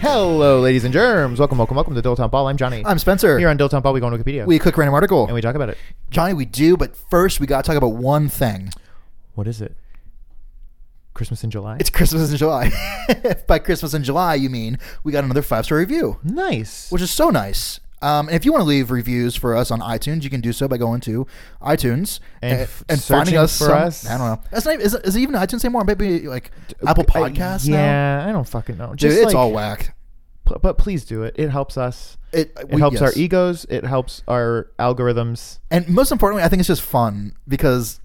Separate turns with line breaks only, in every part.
Hello, ladies and germs. Welcome, welcome, welcome to Dilltown Ball. I'm Johnny.
I'm Spencer.
Here on Dilltown Ball, we go on Wikipedia.
we click random article.
and we talk about it.
Johnny, we do, but first we gotta talk about one thing.
What is it? Christmas in July?
It's Christmas in July. if by Christmas in July you mean we got another five star review,
nice.
which is so nice. Um, and if you want to leave reviews for us on iTunes, you can do so by going to iTunes
And
a-
f- searching for us?
I don't know. That's not, is, is it even iTunes anymore? Maybe like Apple
I-
Podcasts now.
uh, Yeah, I don't fucking know.
Dude,
Just
it's
like-
all whack.
p- but please do it. It helps us.
It,
It
we-
helps
yes.
our e- egos. It helps our algorithms.
And most importantly, I think it's just fun because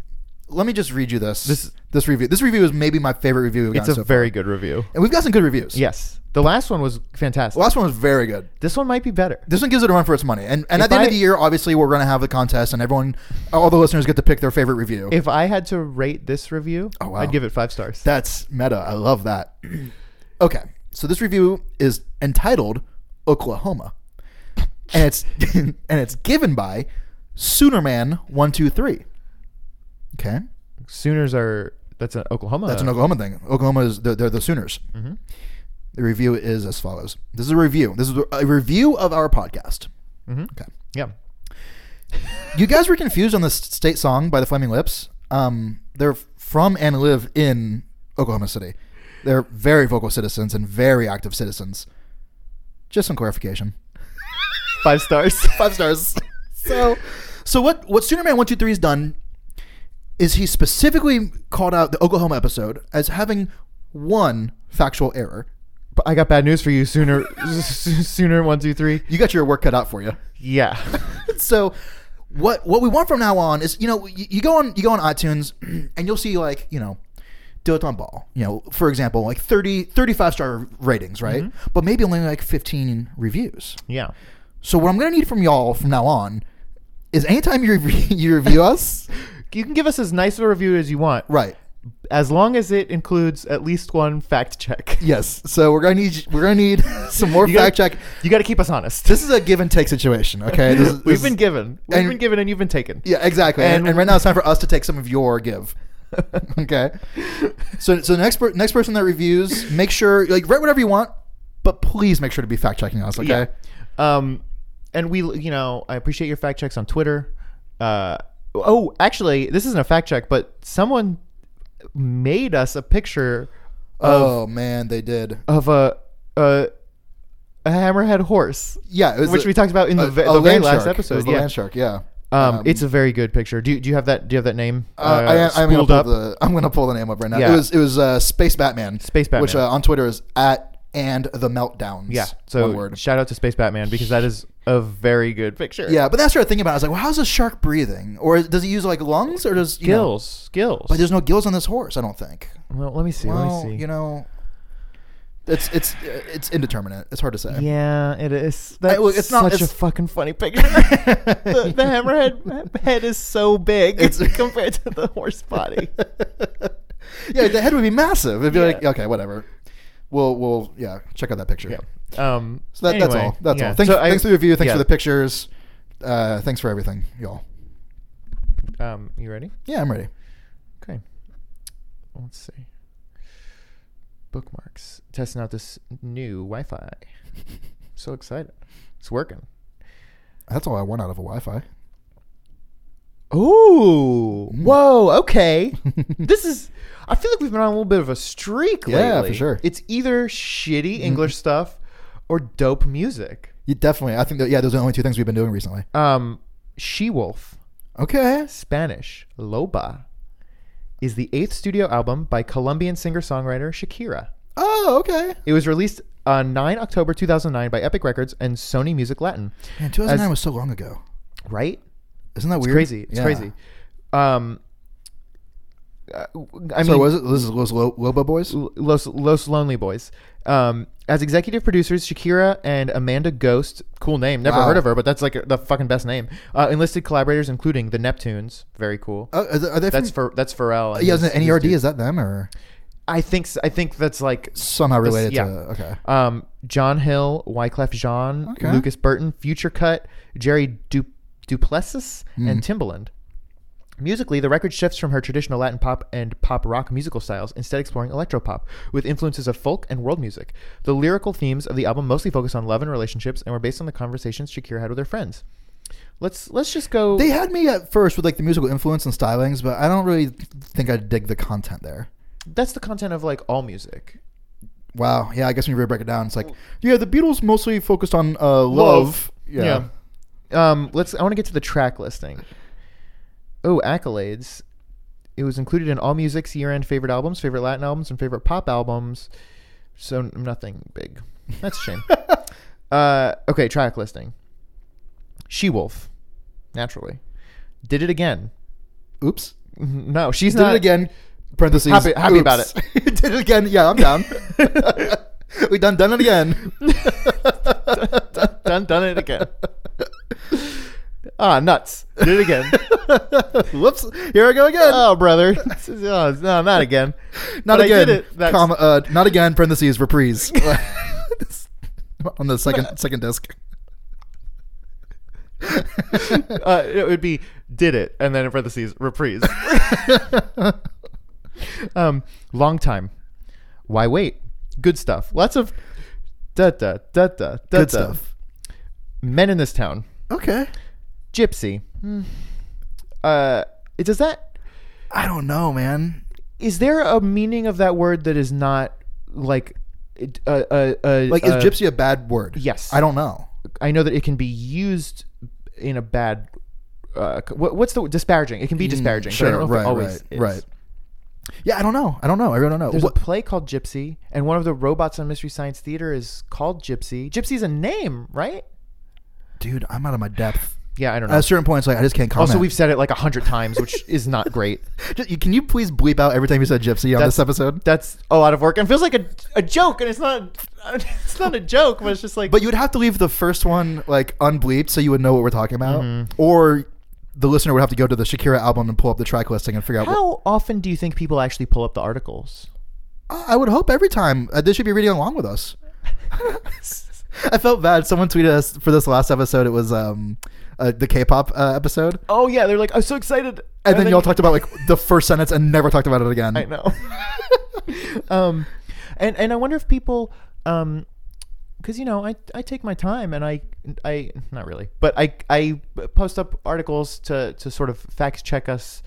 let me just read you this.
This-
this review. This review is maybe my favorite review. We've
It's
gotten
a
so far.
very good review.
and we've got some good reviews.
Yes. The last one was fantastic.
The last one was very good.
this one might be better.
This one gives it a run for its money. And and
If
at the
I-
end of the year, obviously, we're going to have a contest, and everyone, all the listeners, get to pick their favorite review.
If I had to rate this review,
Oh, wow.
I'd give it five stars.
That's meta. I love that. okay, so this review is entitled Oklahoma, and it's and it's given by Soonerman one two three. Okay,
Sooners are. That's an Oklahoma.
that's an Oklahoma thing. Oklahoma is they're, they're the Sooners.
Mhm.
The review is as follows. This is a review. This is a review of our podcast.
Mhm.
Okay.
Yeah.
You guys were confused on the s- state song by the Flaming Lips. Um, they're from and live in Oklahoma City. They're very vocal citizens and very active citizens. Just some clarification.
Five stars.
Five stars. so, so what? What Sooner Man One Two Three has done is he specifically called out the Oklahoma episode as having one factual error.
But I got bad news for you, Sooner. sooner, one, two, three.
You got your work cut out for you.
Yeah.
so what what we want from now on is you know you, you go on you go on iTunes and you'll see like you know Dilettante Ball you know for example like 30 35 star ratings right
Mm-hmm.
but maybe only like 15 reviews
yeah.
so what I'm gonna need from y'all from now on is anytime you review, you review us
You can give us as nice of a review as you want,
right
as long as it includes at least one fact check.
yes so we're gonna need we're gonna need some more
You gotta-
fact check
You got to keep us honest.
this is a give and take situation okay This is-
We've
this
been
is-
given. We've
and-
been given and you've been taken.
Yeah, exactly. And,
And-
and right now it's time for us to take some of your give. okay. So so the next per- next person that reviews, make sure like write whatever you want, but please make sure to be fact checking us. Okay.
Um, and we, you know, I appreciate your fact checks on Twitter. Uh, oh, actually, this isn't a fact check, but someone made us a picture
Oh man, they did.
of a a, a hammerhead horse,
Yeah, it was
which
a-
we talked about in the,
a-
ve-
a
the very
land
last
shark. It was
episode.
the
Yeah.
land shark. Yeah.
Um, it's a very good picture. Do you, do you have that? Do you have that name?
Uh, I am, I'm gonna
spooled
pull the I'm gonna pull the name up right now.
Yeah.
It was it was uh, Space Batman.
Space Batman.
Which uh, on Twitter is at and the meltdowns.
yeah. So
one word.
shout out to Space Batman because that is a very good picture.
Yeah, but that's what I thinking about. I was like, well, how's a shark breathing? Or does it use like lungs or does you know-
Gills, skills.
But there's no gills on this horse, I don't think.
well, let me see.
Well,
let me see.
you know, it's it's it's indeterminate. It's hard to say.
Yeah, it is.
I-
That's
look, it's not-
such
it's-
a fucking funny picture. the, the hammerhead head is so big
It's-
compared to the horse body.
yeah, the head would be massive. It'd be
Yeah.
like, okay, whatever. We'll we'll yeah, check out that picture.
Yeah. Um.
So that, that's
anyway,
all. That's
yeah.
all. Thanks,
So I-
thanks for the review. Thanks
yeah.
for the pictures. Uh, thanks for everything, y'all.
Um. You ready?
Yeah, I'm ready.
Okay. Let's see. Bookmarks. Testing out this new Wi-Fi. so excited. It's working.
That's all I want out of a Wi-Fi.
Ooh. Whoa. Okay. this is. I feel like we've been on a little bit of a streak lately.
Yeah, for sure.
It's either shitty English stuff or dope music.
You definitely. I think that yeah, those are the only two things we've been doing recently.
Um, She Wolf,
Okay.
Spanish, Loba, is the eighth studio album by Colombian singer songwriter Shakira.
Oh, okay.
It was released on 9 October 2009 by Epic Records and Sony Music Latin.
Man, 2009
As-
was so long ago.
right?
Isn't that
It's
weird?
crazy. It's
Yeah.
crazy. Um, uh, I
So
mean,
was it? This is Los Lo- Lobo Boys.
L- Los, Los Lonely Boys. Um, as executive producers, Shakira and Amanda Ghost, cool name, never
Wow.
heard of her, but that's like the fucking best name. Uh, enlisted collaborators including the Neptunes, very cool.
Oh, are they, are they
that's
from,
for that's Pharrell. and
yeah.
his-
Is it
his
NERD?
dude.
Is that them or
I think s- I think that's like
somehow
This-
related
yeah.
to? Okay.
um, John Hill, Wyclef Jean,
Okay.
Lucas Burton, Future Cut, Jerry du- Duplessis, and
Hmm.
Timbaland. Musically, the record shifts from her traditional Latin pop and pop rock musical styles, instead exploring electropop with influences of folk and world music. The lyrical themes of the album mostly focus on love and relationships and were based on the conversations Shakira had with her friends. Let's let's just go.
They had me at first with like the musical influence and stylings, but I don't really think I dig the content there.
that's the content of like all music.
Wow. Yeah. I guess when you really break it down, it's like yeah, the Beatles mostly focused on uh, love. Yeah.
Yeah. Um, let's. I want to get to the track listing. Oh, accolades. It was included in all music's year-end favorite albums, favorite Latin albums, and favorite pop albums. So n- nothing big. That's a shame. uh, okay, track listing. She Wolf, naturally. Did it again?
Oops.
No, she's
Did
not
it again. Parentheses.
Happy- happy
oops.
about
Did it again. Yeah, I'm down. we done done it again.
done. Done it again. ah, nuts. Did it again.
Whoops. Here I go again.
oh, brother. This is- oh, no, not again.
not
But I
again.
did it. That's-
comma, uh, not again. Parentheses. Reprise. On the second second disc.
uh, it would be did it and then in parentheses reprise um long time why wait good stuff lots of da da da da da da.
Good stuff.
men in this town
Okay.
gypsy Hmm. uh does that
I don't know, man.
is there a meaning of that word that is not like it- uh, uh, uh,
Like,
uh,
is gypsy a bad word?
yes
I don't know.
I know that it can be used in a bad. Uh, c- what, what's the disparaging? It can be disparaging. but I don't know if it
Mm, right,
always
right,
is.
right. Yeah, I don't know. I don't know. I really don't know.
There's
What-
a play called Gypsy, and one of the robots on Mystery Science Theater is called Gypsy. Gypsy's a name, right?
dude, I'm out of my depth.
Yeah, I don't know.
At a certain point, it's like I just can't comment.
also, we've said it like a hundred times, which is not great.
Just- you- can you please bleep out every time you said gypsy on this episode?
That's a lot of work and feels like a, a joke, and it's not it's not a joke, but it's just like
But you would have to leave the first one like unbleeped so you would know what we're talking about, or the listener would have to go to the Shakira album and pull up the track listing and figure out. What,
how often do you think people actually pull up the articles?
I would hope every time uh, they should be reading along with us. I felt bad. Someone tweeted us for this last episode. It was um, uh, the K-pop uh, episode.
Oh yeah, they're like I'm so excited,
and then y'all
you-
talked about like the first sentence and never talked about it again.
I know. um, and and I wonder if people, um, because you know, I I take my time and I I not really, but I I post up articles to to sort of fact check us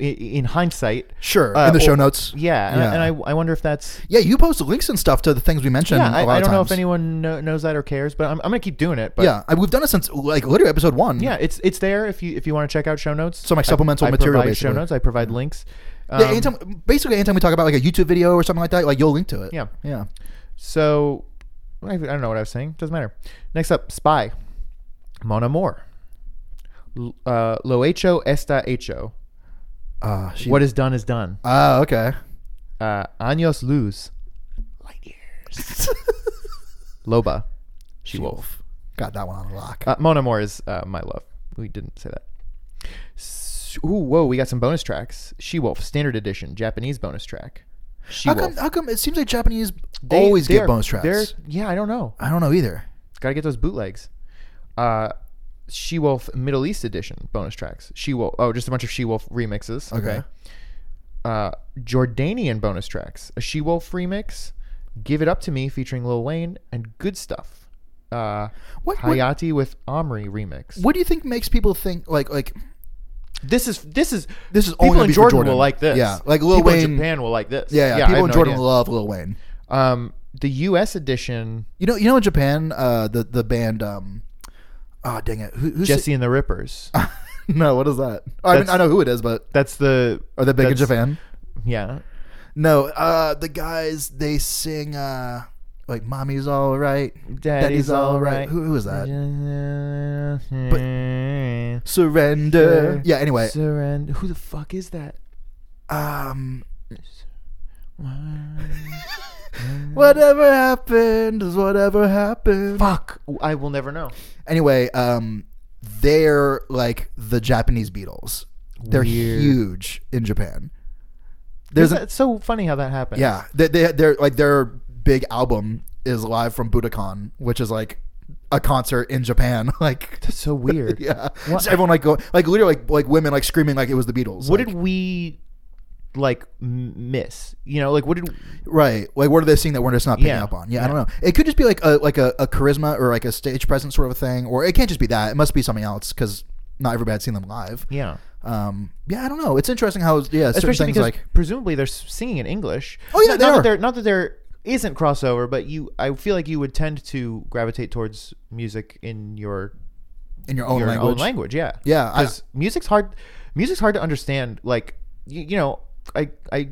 i- in hindsight.
Sure,
Uh,
in the show
or-
notes.
Yeah, and, I-
Yeah.
and I I wonder if that's.
Yeah, you post links and stuff to the things we mentioned.
Yeah, I,
a lot
I
of
don't know if
times.
anyone kno- knows that or cares, but I'm, I'm gonna keep doing it. But
yeah, I, we've done it since like literally episode one.
yeah, it's it's there if you if you want to check out show notes.
So, like, supplemental
I, I
material,
provide show
basically. Mm-hmm.
notes. I provide links. Um,
yeah. Anytime, basically, anytime we talk about like a YouTube video or something like that, like you'll link to it.
Yeah.
yeah.
So I I don't know what I was saying. Doesn't matter. Next up, Spy, Mon Amour, L- uh, Lo hecho está hecho.
Ah, she.
What is done is done.
Ah, okay.
Uh, años luz, light years. Loba, she wolf.
Got that one on lock.
Uh, Mon Amour is uh, my love. We didn't say that. S- Ooh, whoa, we got some bonus tracks. She Wolf, standard edition, Japanese bonus track. She
how
Wolf.
come? How come? It seems like Japanese
They-
always
they
get
are-
bonus
they're-
tracks.
Yeah, I don't know.
I don't know either.
Got to get those bootlegs. Uh, She Wolf Middle East Edition bonus tracks. She Wolf. Oh, just a bunch of She Wolf remixes.
Okay.
Uh, Jordanian bonus tracks. A She Wolf remix. Give It Up to Me featuring Lil Wayne and Good Stuff. Uh,
What- what-
Hayati with Omri remix.
What do you think makes people think like like
This is this is
this is
people
only gonna
in
be for
Jordan,
Jordan.
will like this.
Yeah, like Lil
people
Wayne-
in Japan will like this.
yeah, yeah,
I
people
have
in
no
Jordan
idea.
love Lil Wayne.
Um, the U.S. edition,
You know, you know, in Japan, uh, the the band, um, oh dang it, Who, who's
Jesse and the Rippers.
Ah. no, what is that? I mean,
That's-
I know who it is, but
That's the
are they big in
that's-
Japan?
Yeah,
No, uh, the guys they sing, uh, like "Mommy's all right,
Daddy's all right.
Who, who was that?
that?
Surrender. Yeah. Anyway,
Surrender. Who the fuck is that?
um, whatever happened is whatever happened.
fuck. I will never know.
Anyway, um, they're like the Japanese Beatles. They're
Weird.
huge in Japan. There's a,
it's so funny how that happens.
yeah. They they they're like their big album is live from Budokan, which is like a concert in Japan. Like
That's so weird.
Yeah, Just everyone like go like literally like like women like screaming like it was the Beatles.
What
like,
did we like m- miss? You know, like what did
right? Like what are they seeing that we're just not picking
Yeah.
up on? Yeah, I don't know. It could just be like a like a, a charisma or like a stage presence sort of a thing, or it can't just be that. It must be something else because not everybody had seen them live.
yeah.
Um, yeah, I don't know. It's interesting how yeah, certain
Especially
things
because
like
presumably they're s- singing in English.
Oh, yeah,
not,
they
not
are.
That there, not that there isn't crossover, but you, I feel like you would tend to gravitate towards music in your
in your own
your
language.
own language. Yeah,
Yeah, I-
Because music's hard. Music's hard to understand. Like you, you know, I I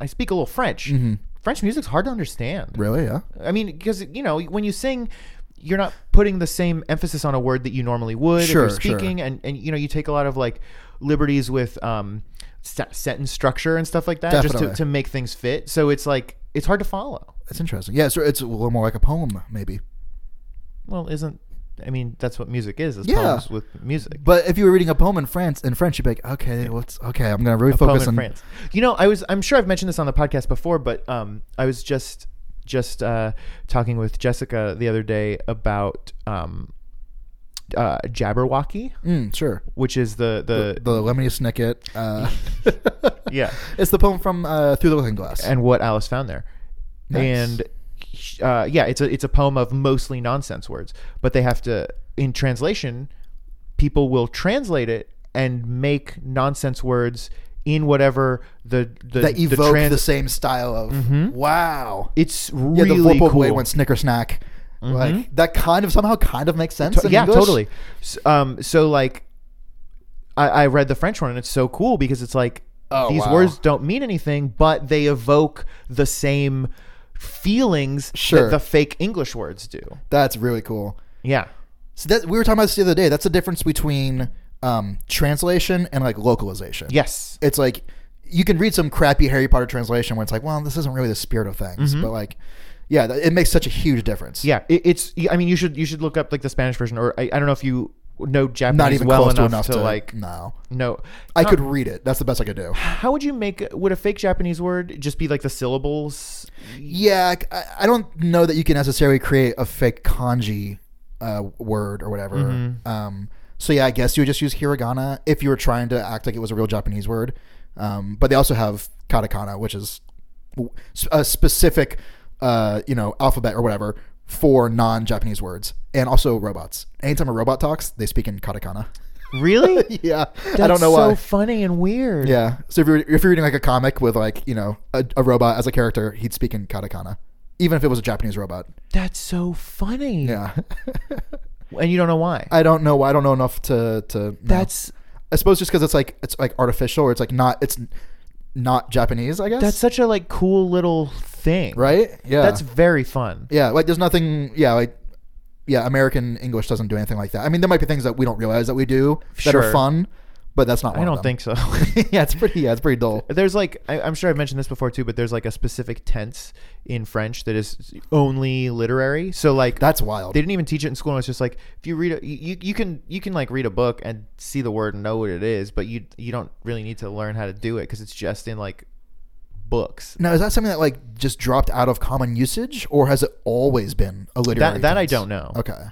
I speak a little French.
Mm-hmm.
French music's hard to understand.
Really? Yeah.
I mean, because you know, when you sing, you're not putting the same emphasis on a word that you normally would
Sure,
if
sure.
you're speaking, and and you know, you take a lot of like liberties with um se- sentence structure and stuff like that,
Definitely.
just to, to make things fit. So it's like it's hard to follow.
That's interesting. Yeah, so it's a little more like a poem maybe.
Well, isn't I mean that's what music is? Is
Yeah.
poems with music.
But if you were reading a poem in France in French, you'd be like, okay, what's okay? I'm gonna really
Poem
focus
in
on
France. You know, I was I'm sure I've mentioned this on the podcast before, but um, I was just just uh, talking with Jessica the other day about um, uh, Jabberwocky.
Mm, sure.
which is the the,
the Lemony Snicket. Uh,
yeah,
it's the poem from uh, Through the Looking Glass.
and what Alice found there,
Nice.
and uh, yeah, it's a it's a poem of mostly nonsense words, but they have to in translation, people will translate it and make nonsense words in whatever the the,
that evoke the,
the trans- Mm-hmm.
same style of wow.
it's
Yeah,
really
the Whipple
cool. Mm-hmm.
Boy went Snicker Snack. Like that kind of somehow kind of makes sense. in
yeah,
English.
totally. S- Um, so like, I, I read the French one, and it's so cool because it's like
Oh,
these
wow.
words don't mean anything, but they evoke the same feelings
Sure.
that the fake English words do.
That's really cool.
Yeah,
So that we were talking about this the other day. That's the difference between um, translation and like localization.
yes,
it's like you can read some crappy Harry Potter translation where it's like, well, this isn't really the spirit of things, but like, yeah, th- it makes such a huge difference.
Mm-hmm. yeah. It, it's. I mean, you should you should look up like the Spanish version, or I, I don't know if you know Japanese
not even
well
close
enough,
to enough
to, like
no.
no.
I could read it. That's the best I could do.
How would you make? Would a fake Japanese word just be like the syllables?
Yeah, I- I, I don't know that you can necessarily create a fake kanji uh, word or whatever.
Mm-hmm.
Um, so yeah, I guess you would just use hiragana if you were trying to act like it was a real Japanese word. Um, but they also have katakana, which is w- a specific, uh, you know, alphabet or whatever for non-Japanese words, and also robots. Anytime a robot talks, they speak in katakana.
Really?
yeah,
That's
I don't know
so
why.
funny and weird.
Yeah. So if you're if you're reading like a comic with like you know a, a robot as a character, he'd speak in katakana, even if it was a Japanese robot.
That's so funny.
Yeah.
And you don't know why.
I don't know. I don't know enough to to. know.
that's
I suppose just because it's like it's like artificial or it's like not it's not Japanese. I guess.
that's such a like cool little thing.
right. Yeah.
That's very fun.
yeah. Like there's nothing. Yeah. Like. Yeah, American English doesn't do anything like that. I mean, there might be things that we don't realize that we do that are
Sure.
fun, but that's not. One
I
of
don't
them.
think so.
yeah, it's pretty. Yeah, it's pretty dull.
there's like I, I'm sure I've mentioned this before too, but there's like a specific tense in French that is only literary. So like
That's wild.
they didn't even teach it in school. And it's just like if you read a, you you can you can like read a book and see the word and know what it is, but you you don't really need to learn how to do it because it's just in like books.
Now, is that something that like just dropped out of common usage, or has it always been a literary?
That that I
tense?
don't know.
Okay,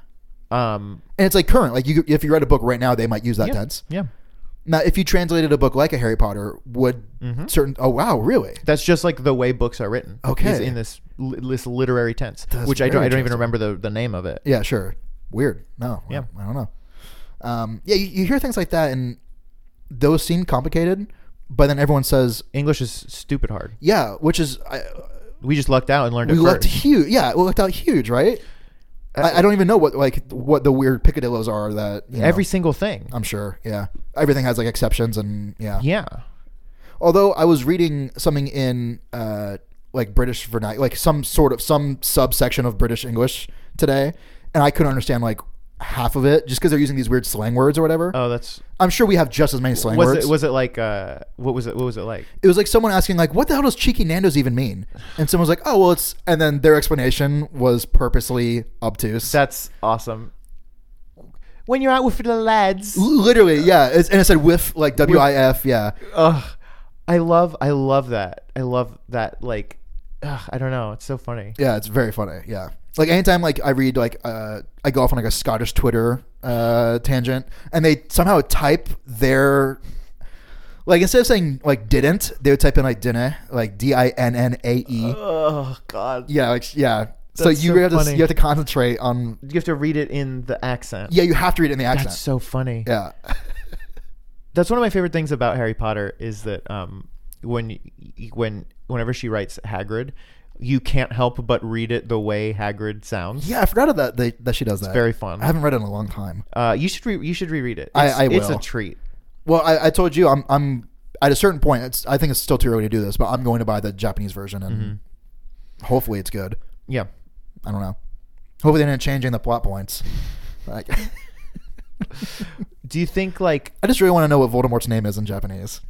Um.
and it's like current. Like you, if you read a book right now, they might use that
Yeah.
tense.
Yeah.
Now, if you translated a book like a Harry Potter, would
Mm-hmm.
certain? Oh wow, really?
That's just like the way books are written.
Okay.
is in this li- this literary tense,
That's
which I don't
very
I don't even
interesting.
remember the, the name of it.
Yeah, sure. Weird. No,
Yeah.
I, I don't know. Um, yeah, you, you hear things like that, and those seem complicated, but then everyone says,
English is stupid hard.
"Yeah," which is I,
We just lucked out and learned
we
it
looked
first.
huge. Yeah, we looked out huge, right?
Uh,
I, I don't even know what like what the weird picadillos are that you know.
Every single thing.
I'm sure. Yeah. Everything has like exceptions and yeah.
yeah.
Although I was reading something in uh like British vernacular, like some sort of some subsection of British English today, and I couldn't understand like half of it just because they're using these weird slang words or whatever.
Oh, that's
I'm sure we have just as many slang
was
words.
it. Was it like uh, what was it? What was it like?
it was like someone asking like, "What the hell does cheeky Nando's even mean?" And someone's like, "Oh, well, it's," and then their explanation was purposely obtuse.
That's awesome. When you're out with the lads,
Literally, yeah. It's, and it said "whiff" like W I F, yeah.
ugh, I love, I love that. I love that. Like, ugh, I don't know. It's so funny.
Yeah, it's very funny. Yeah. Like anytime like I read like uh I go off on like a Scottish Twitter uh tangent and they somehow type their like instead of saying like didn't, they would type in like dinner, like D I N N A E.
Oh God,
Yeah, like yeah. So
That's
you
so
have to
funny.
you have to concentrate on
you have to read it in the accent.
Yeah, you have to read it in the accent.
that's so funny.
yeah.
That's one of my favorite things about Harry Potter is that um, when y- y- when whenever she writes Hagrid, you can't help but read it the way Hagrid sounds.
yeah, I forgot about that that she does that.
very fun.
I haven't read it in a long time.
Uh, you should re- you should reread it.
I-
It's,
I
it's a
will.
treat.
Well, I, I told you I'm I'm at a certain point. It's, I think it's still too early to do this, but I'm going to buy the Japanese version and
Mm-hmm.
hopefully it's good.
Yeah.
I don't know. Hopefully they didn't change any of the plot points. Like,
Do you think like
I just really want to know what Voldemort's name is in Japanese.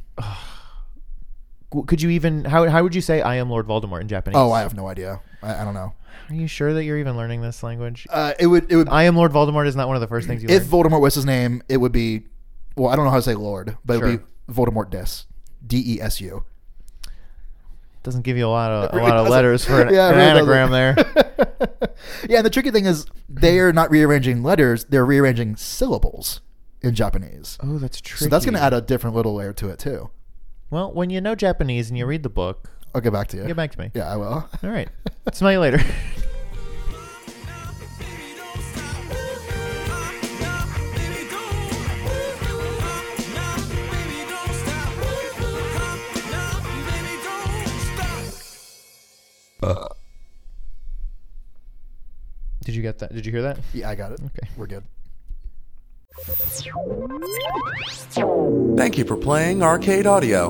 w- could you even how how would you say I am Lord Voldemort in Japanese?
Oh, I have no idea. I, I don't know.
are you sure that you're even learning this language?
Uh, it would it would
I am Lord Voldemort is not one of the first things you
if
learn.
Voldemort was his name, it would be. Well, I don't know how to say Lord, but it would
Sure.
be Voldemort Des. D E S U.
Doesn't give you a lot of a
really
lot of
doesn't.
letters for an,
Yeah, it
an
really
anagram there.
Yeah, and the tricky thing is they are not rearranging letters; they're rearranging syllables in Japanese.
Oh, that's true.
So that's going to add a different little layer to it too.
Well, when you know Japanese and you read the book,
I'll get back to you.
get back to me.
Yeah, I will.
All right. Smell you later. Did you get that? Did you hear that?
Yeah, I got it.
Okay.
we're good.
Thank you for playing Arcade Audio.